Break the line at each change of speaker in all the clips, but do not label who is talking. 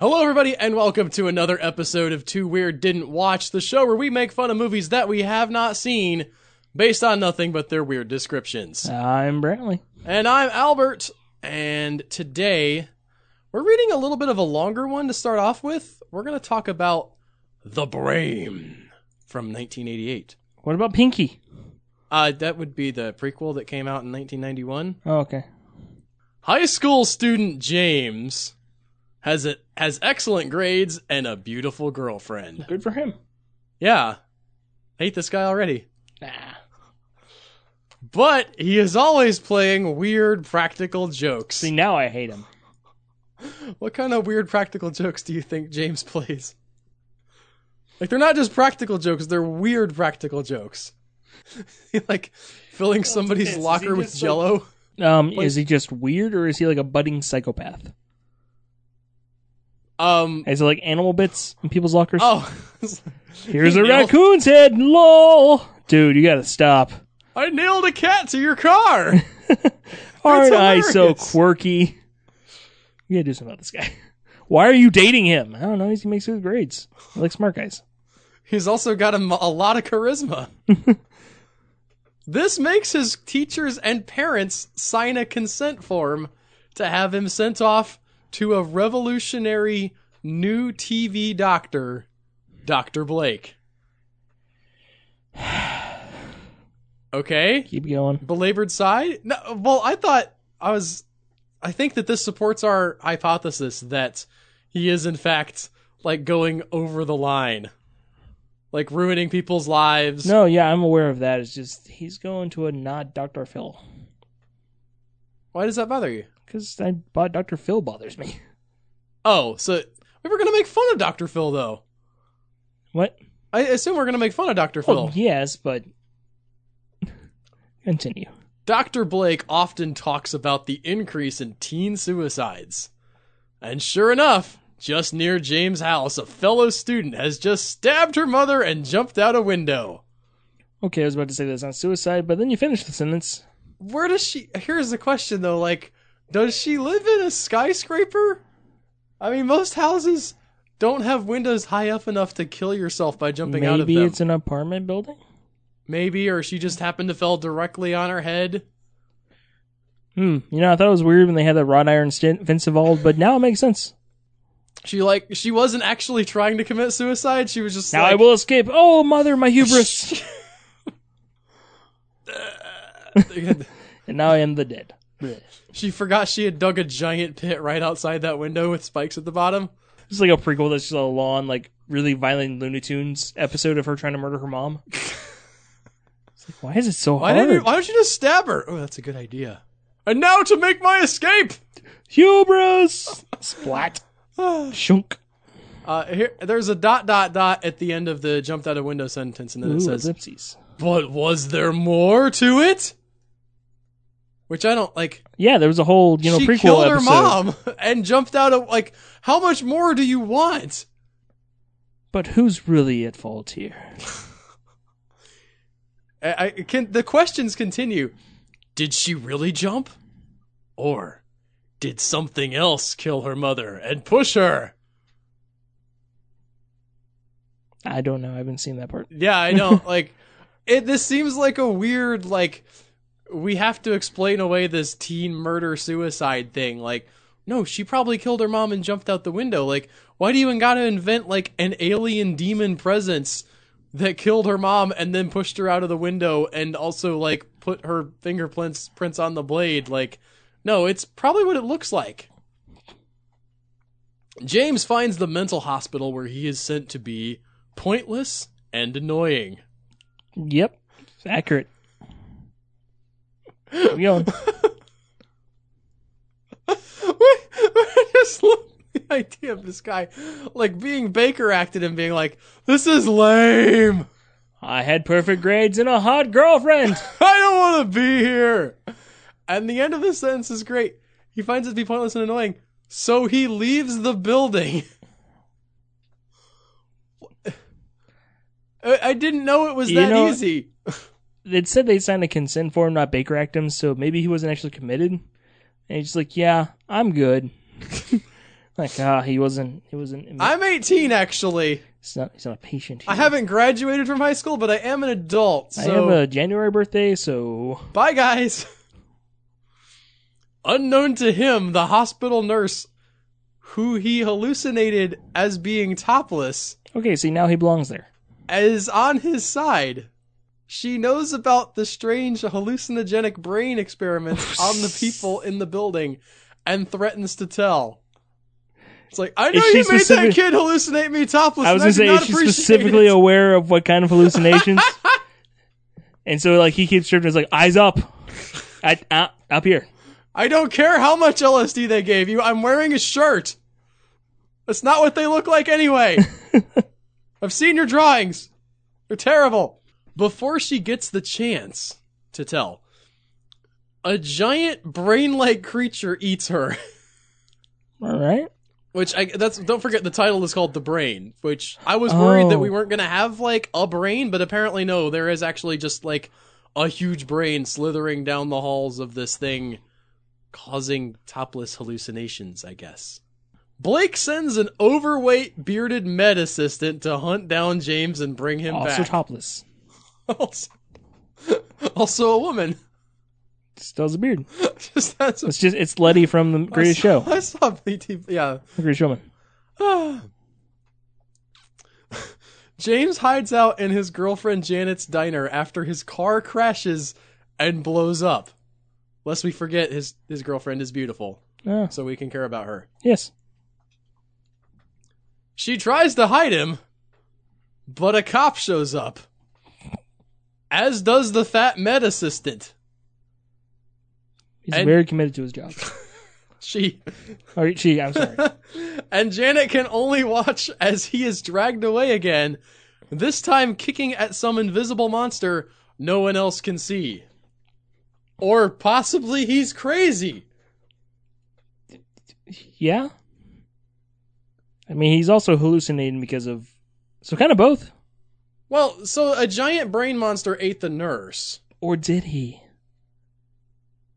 Hello, everybody, and welcome to another episode of Too Weird Didn't Watch, the show where we make fun of movies that we have not seen based on nothing but their weird descriptions.
I'm Brantley.
And I'm Albert, and today we're reading a little bit of a longer one to start off with. We're going to talk about The Brain from 1988.
What about Pinky?
Uh, that would be the prequel that came out in 1991.
Oh, okay.
High school student James has a, has excellent grades and a beautiful girlfriend.
Good for him.
Yeah. Hate this guy already.
Nah.
But he is always playing weird practical jokes.
See, now I hate him.
What kind of weird practical jokes do you think James plays? Like they're not just practical jokes, they're weird practical jokes. like filling somebody's
is he
locker with
just, like-
jello.
Um, is he just weird or is he like a budding psychopath?
Um
Is it like animal bits in people's lockers?
oh
Here's
he
a
nailed-
raccoon's head. Lol. Dude, you gotta stop.
I nailed a cat to your car.
Aren't I so
hilarious.
quirky? You gotta do something about this guy. Why are you dating him? I don't know. He makes good grades. I like smart guys.
He's also got a, m- a lot of charisma. this makes his teachers and parents sign a consent form to have him sent off to a revolutionary new TV doctor, Dr. Blake. Okay.
Keep going.
Belabored side? No, well, I thought I was. I think that this supports our hypothesis that he is, in fact, like going over the line, like ruining people's lives.
No, yeah, I'm aware of that. It's just he's going to a not Dr. Phil.
Why does that bother you?
Because I bought Dr. Phil bothers me.
Oh, so we were gonna make fun of Doctor Phil, though.
What?
I assume we're gonna make fun of Doctor Phil.
Well, yes, but continue.
Dr. Blake often talks about the increase in teen suicides. And sure enough, just near James' house, a fellow student has just stabbed her mother and jumped out a window.
Okay, I was about to say that's not suicide, but then you finished the sentence.
Where does she. Here's the question, though. Like, does she live in a skyscraper? I mean, most houses don't have windows high up enough to kill yourself by jumping out of
Maybe
them.
it's an apartment building.
Maybe, or she just happened to fall directly on her head.
Hmm. You know, I thought it was weird when they had that wrought iron st- fence involved, but now it makes sense.
She, like, she wasn't actually trying to commit suicide. She was just
Now
like.
I will escape. Oh, mother, my hubris! and now I am the dead.
She forgot she had dug a giant pit right outside that window with spikes at the bottom.
It's like a prequel that's just a long, like really violent Looney Tunes episode of her trying to murder her mom. it's like, why is it so
Why
hard?
didn't? You, why don't you just stab her? Oh, that's a good idea. And now to make my escape.
Hubris! Splat.
Ah.
Shunk.
Uh, here, there's a dot dot dot at the end of the jumped out of window sentence, and then
Ooh,
it says,
ellipses.
"But was there more to it?" Which I don't like.
Yeah, there was a whole you know
she
prequel
killed
episode.
her mom and jumped out of like. How much more do you want?
But who's really at fault here?
I, I can the questions continue. Did she really jump? Or did something else kill her mother and push her?
I don't know. I haven't seen that part.
Yeah, I know. like it this seems like a weird like we have to explain away this teen murder suicide thing like no, she probably killed her mom and jumped out the window. Like, why do you even gotta invent like an alien demon presence that killed her mom and then pushed her out of the window and also like put her fingerprints prints on the blade? Like, no, it's probably what it looks like. James finds the mental hospital where he is sent to be pointless and annoying.
Yep, it's accurate. Keep going.
I just love the idea of this guy, like being Baker acted and being like, "This is lame.
I had perfect grades and a hot girlfriend.
I don't want to be here." And the end of this sentence is great. He finds it to be pointless and annoying, so he leaves the building. I I didn't know it was
You
that
know-
easy.
It said they signed a consent form, not Baker Act him, so maybe he wasn't actually committed. And he's just like, yeah, I'm good. Like, ah, he wasn't. He wasn't.
I'm 18 actually.
he's not. He's not a patient.
I
here.
haven't graduated from high school, but I am an adult.
I
So
have a January birthday, so
bye guys. Unknown to him, the hospital nurse who he hallucinated as being topless
okay. See, now he belongs there.
is on his side. She knows about the strange hallucinogenic brain experiments on the people in the building and threatens to tell. It's like, I know
Is she
you made
specific-
that kid hallucinate me topless.
I was
and do
gonna say,
not
is she
appreciate
specifically
it.
aware of what kind of hallucinations? and so, like, he keeps tripping. It's like, eyes up, I, uh, up here.
I don't care how much LSD they gave you. I'm wearing a shirt. That's not what they look like anyway. I've seen your drawings. They're terrible. Before she gets the chance to tell, a giant brain-like creature eats her.
All right.
Which I that's don't forget the title is called The Brain, which I was worried that
Oh.
we weren't gonna have like a brain, but apparently no, there is actually just like a huge brain slithering down the halls of this thing causing topless hallucinations, I guess. Blake sends an overweight bearded med assistant to hunt down James and bring him
also
back.
topless.
also, also a woman.
Just does a beard.
just that's
It's just it's Letty from the Greatest Show,
I saw BT yeah.
the Greatest Showman.
James hides out in his girlfriend Janet's diner after his car crashes and blows up. Lest we forget his, his girlfriend is beautiful,
Oh,
so we can care about her.
yes.
She tries to hide him, but a cop shows up. As does the fat med assistant.
He's
And-
very committed to his job.
She
Or she, I'm sorry.
and Janet can only watch as he is dragged away again, this time kicking at some invisible monster no one else can see. Or possibly he's crazy.
yeah. I mean, he's also hallucinating because of so kind of both.
Well, so a giant brain monster ate the nurse.
Or did he?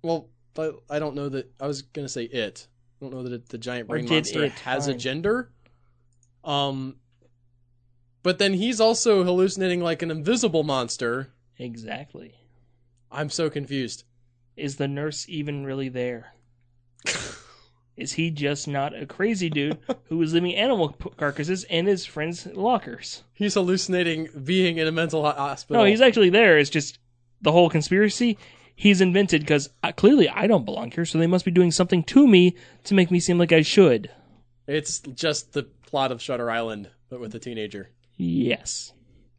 Well, but I don't know that I was going to say it. I don't know that it, the giant
Or
brain
did
monster
it,
has a
fine.
gender. Um but then he's also hallucinating like an invisible monster.
Exactly.
I'm so confused.
Is the nurse even really there? is he just not a crazy dude who is leaving animal p- carcasses in his friend's lockers?
He's hallucinating being in a mental ho- hospital.
No, Oh, he's actually there. It's just the whole conspiracy he's invented because uh, clearly I don't belong here, so they must be doing something to me to make me seem like I should.
It's just the plot of Shutter Island, but with a teenager.
Yes.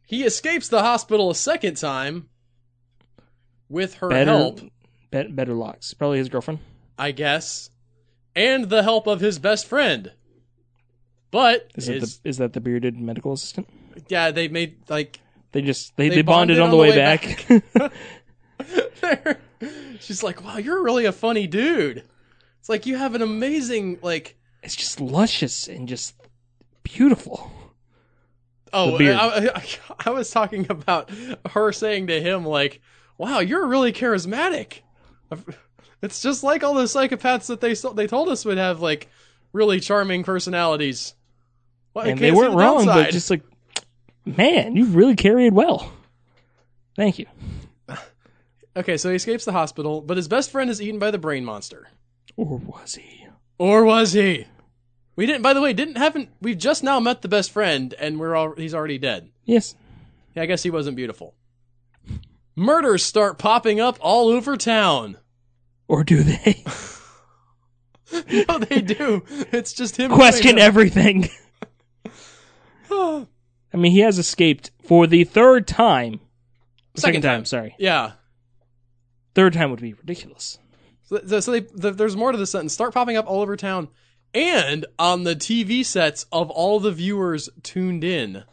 He escapes the hospital a second time with her
better,
help,
bet- better locks. Probably his girlfriend.
I guess, and the help of his best friend. But
Is,
his-
that the, is that the bearded medical assistant?
yeah, they made like
They just they,
They
they, bonded,
bonded
on the way, back.
she's like, "Wow, you're really a funny dude." It's like you have an amazing like
it's just luscious and just beautiful.
Oh,
The beard.
I, I, I was talking about her saying to him, like, "Wow, you're really charismatic." It's just like all those psychopaths that they so- they told us would have like really charming personalities. Well, I
and they
can't see
weren't
the
wrong, but
downside.
just like, man, you really carry it well. Thank you.
okay. So he escapes the hospital, but his best friend is eaten by the brain monster.
Or was he?
Or was he? We didn't. By the way, didn't haven't we've just now met the best friend, and we're all he's already dead.
Yes.
Yeah, I guess he wasn't beautiful. Murders start popping up all over town.
Or do they
no, they do. It's just him.
question
doing
everything?
it.
I mean, he has escaped for the third time.
Second time.
sorry.
yeah.
Third time would be ridiculous.
So, so- so they, th there's more to the sentence. Start popping up all over town and on the TV sets of all the viewers tuned in.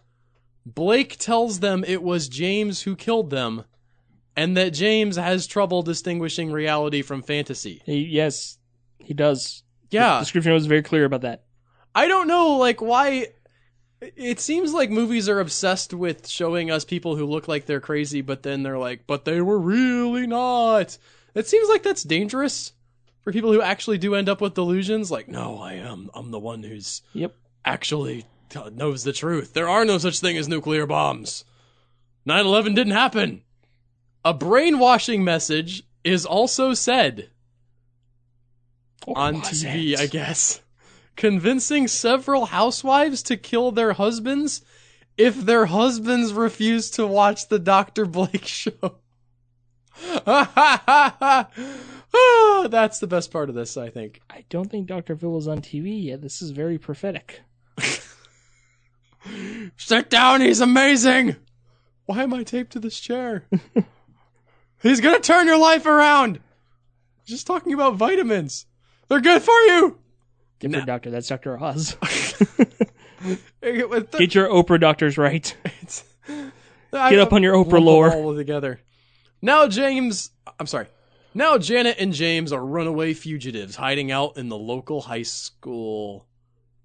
Blake tells them it was James who killed them and that James has trouble distinguishing reality from fantasy.
He, yes, he does. The
Yeah.
description was very clear about that.
I don't know, like, why. It seems like movies are obsessed with showing us people who look like they're crazy, but then they're like, but they were really not. It seems like that's dangerous. for people who actually do end up with delusions, like, no, I am. I'm the one who's
Yep.
actually t- knows the truth. There are no such thing as nuclear bombs. 9 11 didn't happen. A brainwashing message is also said
Or
on
was
TV,
it?
I guess, convincing several housewives to kill their husbands if their husbands refuse to watch the Dr. Blake show. Ah, That's the best part of this, I think.
I don't think Dr. Phil was on TV yet. This is very prophetic.
Sit down, he's amazing! Why am I taped to this chair? he's gonna turn your life around! Just talking about vitamins. They're good for you!
Different doctor. That's Dr. Oz.
With the-
Get your Oprah doctors right.
It's,
Get up on your Oprah lore.
All together. Now James, I'm sorry. Now Janet and James are runaway fugitives hiding out in the local high school.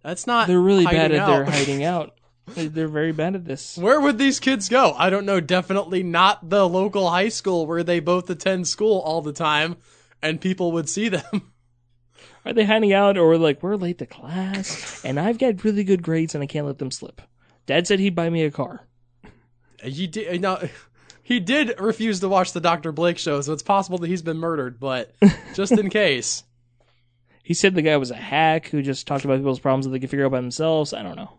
That's not.
They're really bad
hiding
at
out.
their hiding out. They- They're very bad at this.
Where would these kids go? I don't know. Definitely not the local high school where they both attend school all the time, and people would see them.
Are they hiding out or like we're late to class and I've got really good grades and I can't let them slip? Dad said he'd buy me a car.
He did now. He did refuse to watch the Dr. Blake show, so it's possible that he's been murdered. But just in case,
He said the guy was a hack who just talked about people's problems that they could figure out by themselves. I don't know.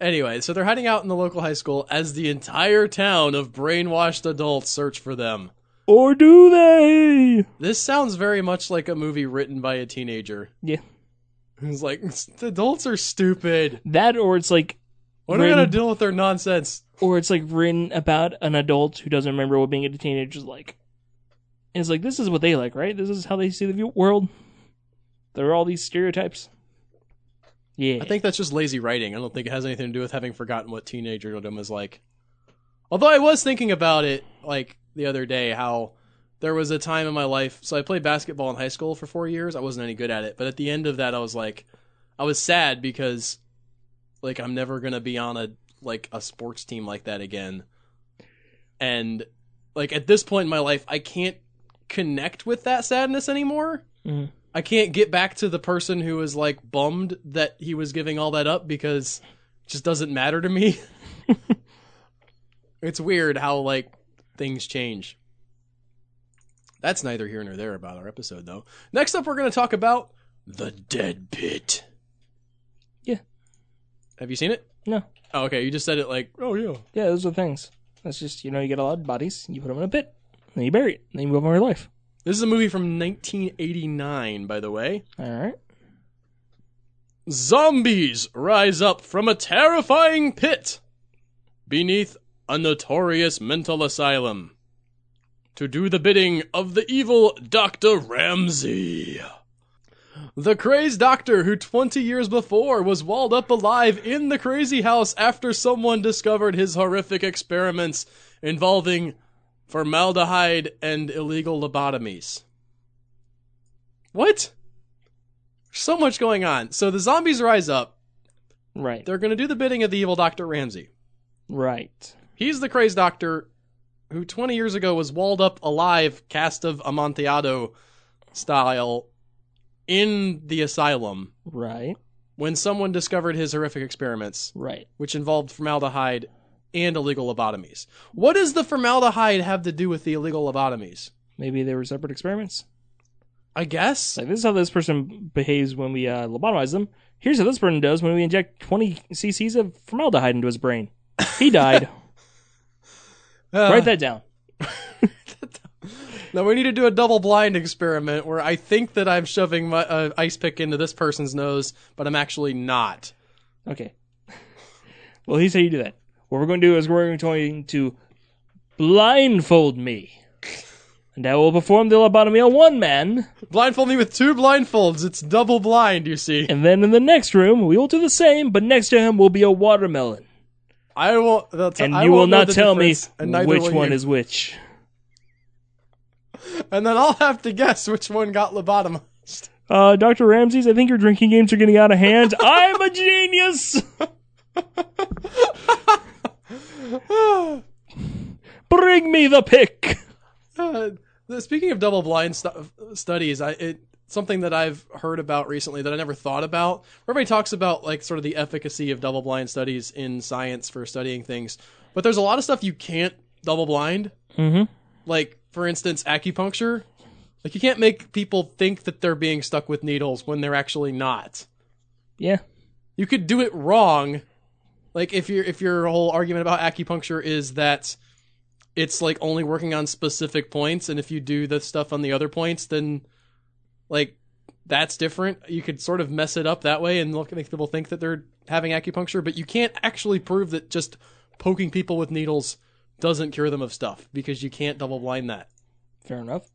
Anyway, so they're hiding out in the local high school as the entire town of brainwashed adults search for them.
Or do they?
This sounds very much like a movie written by a teenager.
Yeah.
Who's like, "The adults are stupid.
That or it's like
What are we going
Written-
to deal with their nonsense?
or it's like written about an adult who doesn't remember what being a teenager is like. And it's like this is what they like, right? This is how they see the view- world. There are all these stereotypes. Yeah,
I think that's just lazy writing. I don't think it has anything to do with having forgotten what teenagerdom is like. Although I was thinking about it like the other day how there was a time in my life. So I played basketball in high school for 4 years. I wasn't any good at it, but at the end of that I was like I was sad because like I'm never going to be on a like a sports team like that again. And like at this point in my life I can't connect with that sadness anymore.
Mhm.
I can't get back to the person who was like bummed that he was giving all that up because it just doesn't matter to me. it's weird how like things change. That's neither here nor there about our episode though. Next up we're going to talk about The Dead Pit.
Yeah.
Have you seen it?
No.
Oh, okay, you just said it like, "Oh yeah."
yeah, those are things. That's just you know you get a lot of bodies, you put them in a pit, then you bury it, then you move on with your life.
This is a movie from 1989, by the way.
All right.
Zombies rise up from a terrifying pit beneath a notorious mental asylum to do the bidding of the evil Dr. Ramsay. The crazed doctor who 20 years before was walled up alive in the crazy house after someone discovered his horrific experiments involving formaldehyde and illegal lobotomies. What? So much going on. So the zombies rise up.
Right.
They're going to do the bidding of the evil Dr. Ramsay.
Right.
He's the crazed doctor who 20 years ago was walled up alive, cast of Amontillado style, in the asylum
Right.
when someone discovered his horrific experiments,
Right.
which involved formaldehyde and illegal lobotomies. What does the formaldehyde have to do with the illegal lobotomies?
Maybe they were separate experiments.
I guess.
It's like this is how this person behaves when we uh, lobotomize them. Here's how this person does when we inject 20 cc's of formaldehyde into his brain. He died.
Uh,
Write that down.
Now we need to do a double blind experiment where I think that I'm shoving my uh, ice pick into this person's nose, but I'm actually not.
Okay. well, here's how you do that. What we're going to do is we're going to blindfold me, and I will perform the lobotomy on one man,
Blindfold me with two blindfolds. It's double blind, you see.
and then in the next room we will do the same, but next to him will be a watermelon,
I won't. That's,
and
I
you will
won't know
not
the
tell me
difference, and neither
which
will
one
you.
is which.
And then I'll have to guess which one got lobotomized.
Uh, Dr. Ramses, I think your drinking games are getting out of hand. I'm a genius.
Ah,
Bring me the pick.
ah, The- Speaking of double blind stu- studies, I it something that I've heard about recently that I never thought about. Everybody talks about like sort of the efficacy of double blind studies in science for studying things, but there's a lot of stuff you can't double blind.
Mm-hmm.
Like for instance, acupuncture. Like you can't make people think that they're being stuck with needles when they're actually not
Yeah.
you could do it wrong like if your if your whole argument about acupuncture is that it's like only working on specific points and if you do the stuff on the other points then like that's different you could sort of mess it up that way and look make people think that they're having acupuncture but you can't actually prove that just poking people with needles doesn't cure them of stuff because you can't double blind that
Fair enough.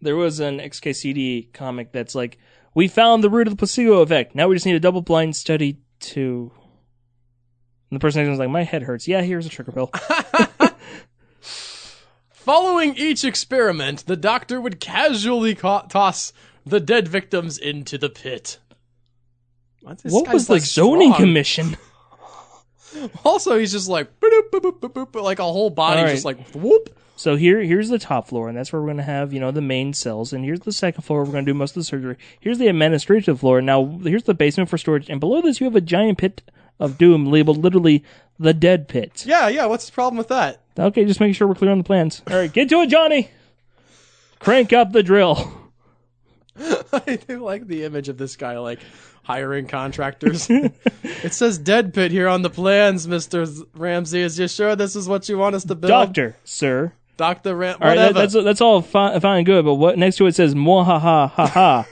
There was an XKCD comic that's like, we found the root of the placebo effect. Now we just need a double blind study to. And the person was like, my head hurts. Yeah, here's a sugar pill.
Following each experiment, the doctor would casually ca- toss the dead victims into the pit. This
what
guy's,
was the zoning
strong.
commission?
Also, he's just like boop, boop, boop, boop, boop, boop, like a whole body
All
just
right.
like whoop.
So here, here's the top floor, and that's where we're going to have, you know, the main cells. And here's the second floor. We're going to do most of the surgery. Here's the administrative floor. Now here's the basement for storage. And below this, you have a giant pit of doom labeled literally the dead pit.
Yeah, yeah. What's the problem with that?
Okay, just making sure we're clear on the plans. All right, get to it, Johnny. Crank up the drill.
I do like the image of this guy like hiring contractors. it says dead pit here on the plans, Mister Ramsey. Is you sure this is what you want us to build,
Doctor, sir.
Doctor Ram?
All right,
whatever.
that, that's that's all fine, fine and good. But what next to it says "mwahaha ha ha."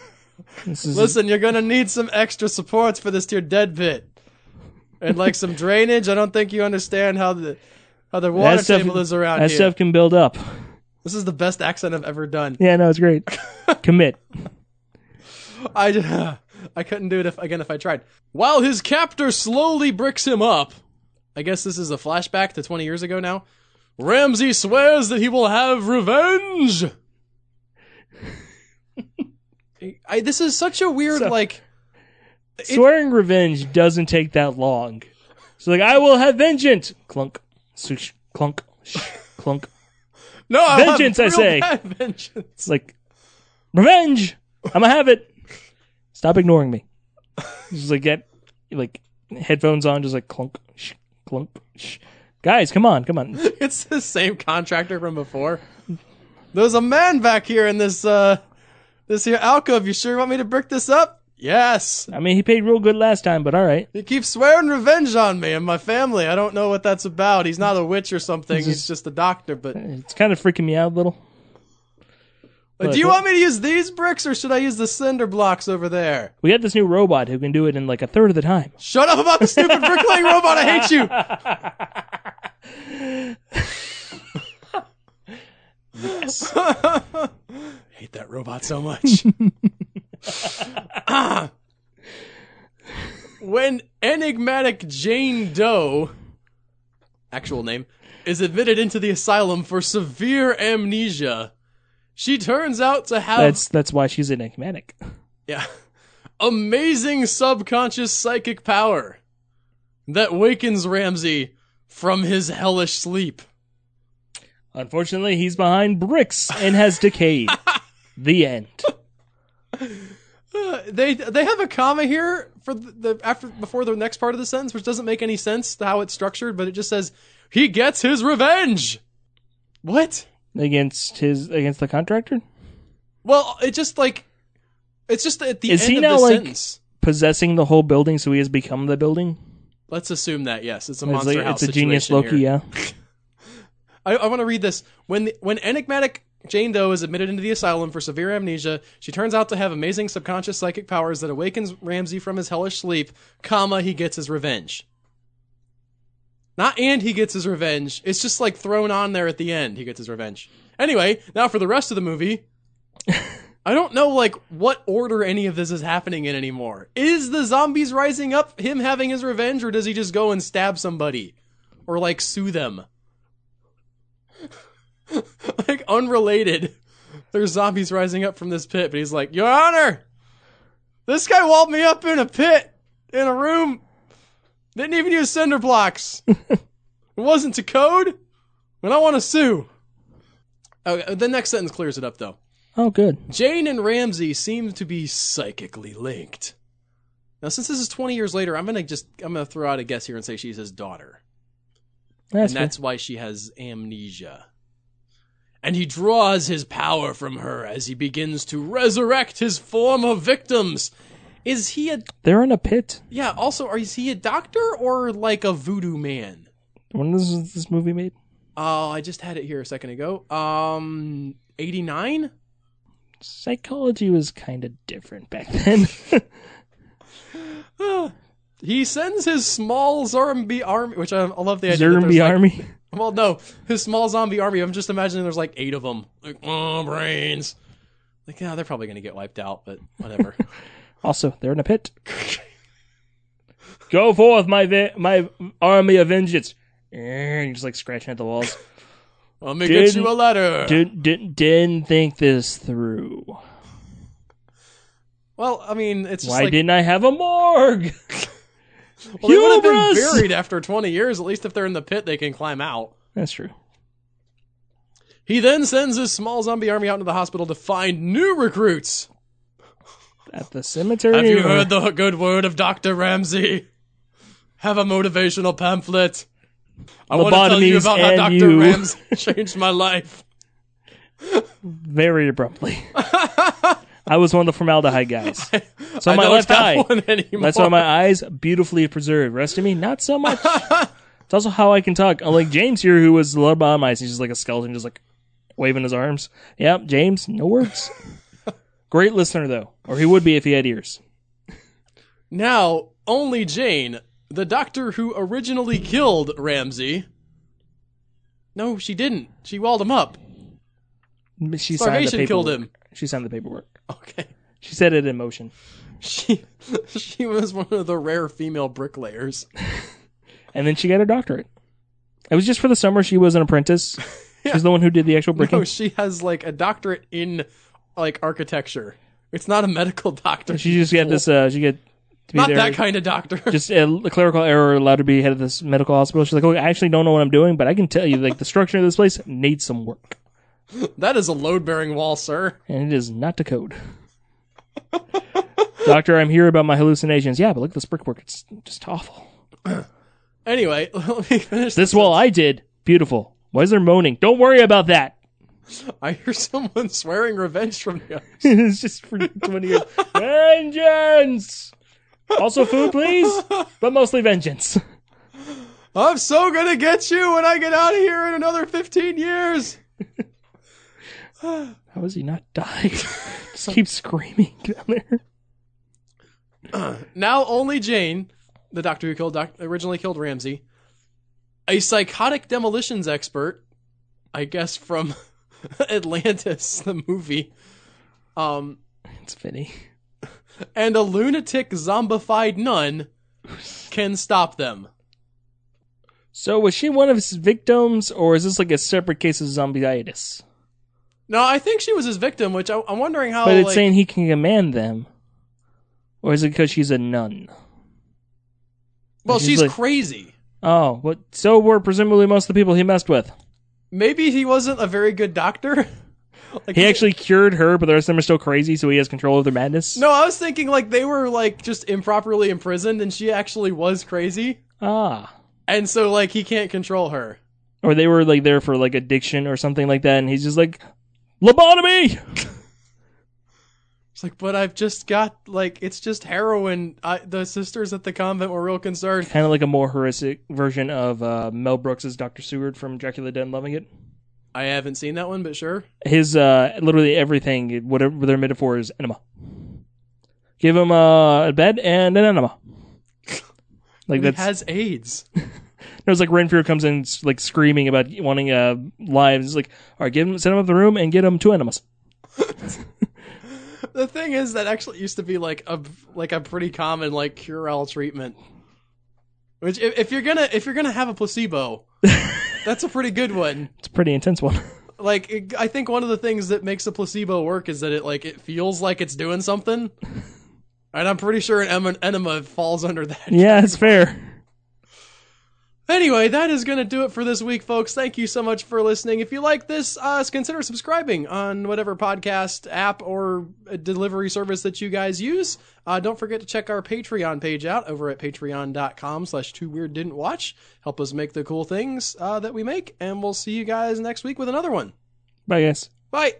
This is
Listen, you're gonna need some extra supports for this to your dead pit, and like some drainage. I don't think you understand how the how the
that
water
stuff-
table is around
That
here.
stuff can build up.
This is the best accent I've ever done.
Yeah, no, it's great. Commit.
I just, I couldn't do it if, again if I tried. While his captor slowly bricks him up, I guess this is a flashback to 20 years ago now. Ramsey swears that he will have revenge. I, this is such a weird
So-
like.
Swearing revenge doesn't take that long. So like, I will have vengeance. Clunk, swoosh, clunk, shh, clunk.
No, I'll have
Vengeance, I
real
say.
bad Vengeance.
It's like revenge. I'm gonna have it. Stop ignoring me. Just like get like headphones on, just like clunk, shh, clunk, shh. Guys, come on, come on.
it's the same contractor from before. There's a man back here in this uh this here alcove. You sure want me to brick this up? Yes.
I mean, he paid real good last time, but all right.
He keeps swearing revenge on me and my family. I don't know what that's about. He's not a witch or something. He's just, a doctor. But
It's kind of freaking me out a little.
do you
look.
want me to use these bricks or should I use the cinder blocks over there?
We got this new robot who can do it in like a third of the time.
Shut up about the stupid bricklaying robot. I hate you.
Yes.
hate that robot so much. Ah. When enigmatic Jane Doe, actual name, is admitted into the asylum for severe amnesia, she turns out to have
that's that's why she's enigmatic.
yeah, amazing subconscious psychic power that wakens Ramsey from his hellish sleep.
Unfortunately, he's behind bricks and has decayed. the end.
Uh, they they have a comma here for the, the after before the next part of the sentence, which doesn't make any sense to how it's structured, but it just says he gets his revenge. What?
Against his against the contractor.
Well, it just like it's just at the
Is
end
he
of
now,
the
like-
sentence.
possessing the whole building, so he has become the building.
Let's assume that yes, it's a
It's,
monster
like-
house.
it's a genius
situation
Loki,
here.
yeah.
I, I want to read this. When the, when enigmatic Jane Doe is admitted into the asylum for severe amnesia, she turns out to have amazing subconscious psychic powers that awakens Ramsey from his hellish sleep. Comma, he gets his revenge. Not and he gets his revenge. It's just like thrown on there at the end. He gets his revenge. Anyway, now for the rest of the movie. I don't know like what order any of this is happening in anymore. Is the zombies rising up him having his revenge or does he just go and stab somebody or like sue them? like unrelated. There's zombies rising up from this pit, but he's like, Your Honor, this guy walled me up in a pit in a room. Didn't even use cinder blocks. it wasn't to code, and I want to sue. Okay, the next sentence clears it up though.
Oh, good.
Jane and Ramsey seem to be psychically linked. Now, since this is 20 years later, I'm gonna just I'm gonna throw out a guess here and say she's his daughter,
That's,
and that's why she has amnesia. And he draws his power from her as he begins to resurrect his former victims. Is he a
fair. They're in a pit.
yeah? Also, are- is he a doctor or like a voodoo man?
When this was this movie made?
Oh, I just had it here a second ago. Um, 89.
Psychology was kind of different back then.
Ah, He sends his small zombie army, which I, I love the idea. that there's,
Zermby
like-
Army.
Well, no, his small zombie army. I'm just imagining there's like eight of them. Like, oh, brains. Like, yeah, they're probably gonna get wiped out, but whatever.
Also, they're in a pit. Go forth, my va- my army of vengeance. And he's like scratching at the walls.
Let me get you
Didn't-
a letter.
didn't, didn't didn't think this through.
Well, I mean, it's just
Why
like
didn't I have a morgue?
well, they would have been
Hubris!
buried after 20 years. At least if they're in the pit, they can climb out.
That's true.
He then sends his small zombie army out into the hospital to find new recruits.
At the cemetery.
Have you heard the good word of Dr. Ramsey? Have a motivational pamphlet. I want to tell you
Lobotomies
about how Dr.
and you.
Ramsey changed my life.
very abruptly? I was one of the formaldehyde guys. So
I
my
don't
left
have
eye.
one anymore.
That's why my eyes beautifully preserved. Rest of me, not so much. it's also how I can talk. Unlike James here, who was lobotomized, he's just like a skeleton, just like waving his arms. Yep, James, no words. Great listener though, or he would be if he had ears.
Now, only Jane, the doctor who originally killed Ramsey. No, she didn't. She walled him up.
She signed the
Starvation
paperwork.
killed him.
She signed the paperwork.
Okay.
She said it in motion.
She she was one of the rare female bricklayers.
and then she got her doctorate. It was just for the summer. She was an apprentice. She's the one who did the actual bricking.
No, Oh, she has like a doctorate in like architecture. It's not a medical doctor.
she just got this. Uh, she got to be
not
there.
that kind of doctor.
Just a l- clerical error allowed her to be head of this medical hospital. She's like, oh, I actually don't know what I'm doing, but I can tell you, like, the structure of this place needs some work,
that is a load bearing wall, sir.
and it is not to code. Doctor, I'm here about my hallucinations. Yeah, but look at this brickwork. It's just awful.
Anyway, let me finish.
This wall I did. Beautiful. Why is there moaning? Don't worry about that.
I hear someone swearing revenge from you.
it's just for 20 years. Vengeance! Also food, please, but mostly vengeance.
I'm so gonna get you when I get out of here in another 15 years.
How has he not died? just keep screaming down there.
Now only Jane, the doctor who killed doc- originally killed Ramsey, a psychotic demolitions expert, I guess from Atlantis, the movie, um,
It's Vinny.
and a lunatic zombified nun can stop them.
So was she one of his victims, or is this like a separate case of zombieitis?
No, I think she was his victim, which I, I'm wondering how.
But it's
Oh, like,
saying he can command them. Or is it because she's a nun?
well,
she's
she's
like-
crazy.
Oh, but so were presumably most of the people he messed with.
Maybe he wasn't a very good doctor. Like,
He actually cured her, but the rest of them are still crazy, so he has control of their madness.
No, I was thinking like they were like just improperly imprisoned, and she actually was crazy,
Ah.
and so like he can't control her.
or they were like there for like addiction or something like that, and he's just like lobotomy.
It's like, but I've just got like it's just heroin. I, the sisters at the convent were real concerned.
kind of like a more horrific version of uh, Mel Brooks's Doctor Seward from Dracula Dead and Loving It.
I haven't seen that one, but sure.
His uh, literally everything, whatever their metaphor is, enema. Give him uh, a bed and an enema.
He
Like that's
has AIDS.
no, it's like Renfrew comes in s- like screaming about wanting uh lives. It's like all right, give him send him up the room and get him two enemas.
the thing is that actually used to be like a like a pretty common like cure all treatment. Which if, if you're gonna if you're gonna have a placebo, that's a pretty good one.
It's a pretty intense one.
like it, i think one of the things that makes a placebo work is that it like it feels like it's doing something and i'm pretty sure an em- enema falls under that
yeah, it's fair.
Anyway, that is going to do it for this week, folks. Thank you so much for listening. If you like this, uh, consider subscribing on whatever podcast app or uh, delivery service that you guys use. Uh, don't forget to check our Patreon page out over at patreon.com slash two weird didn't watch. Help us make the cool things uh, that we make, and we'll see you guys next week with another one.
Bye, guys.
Bye.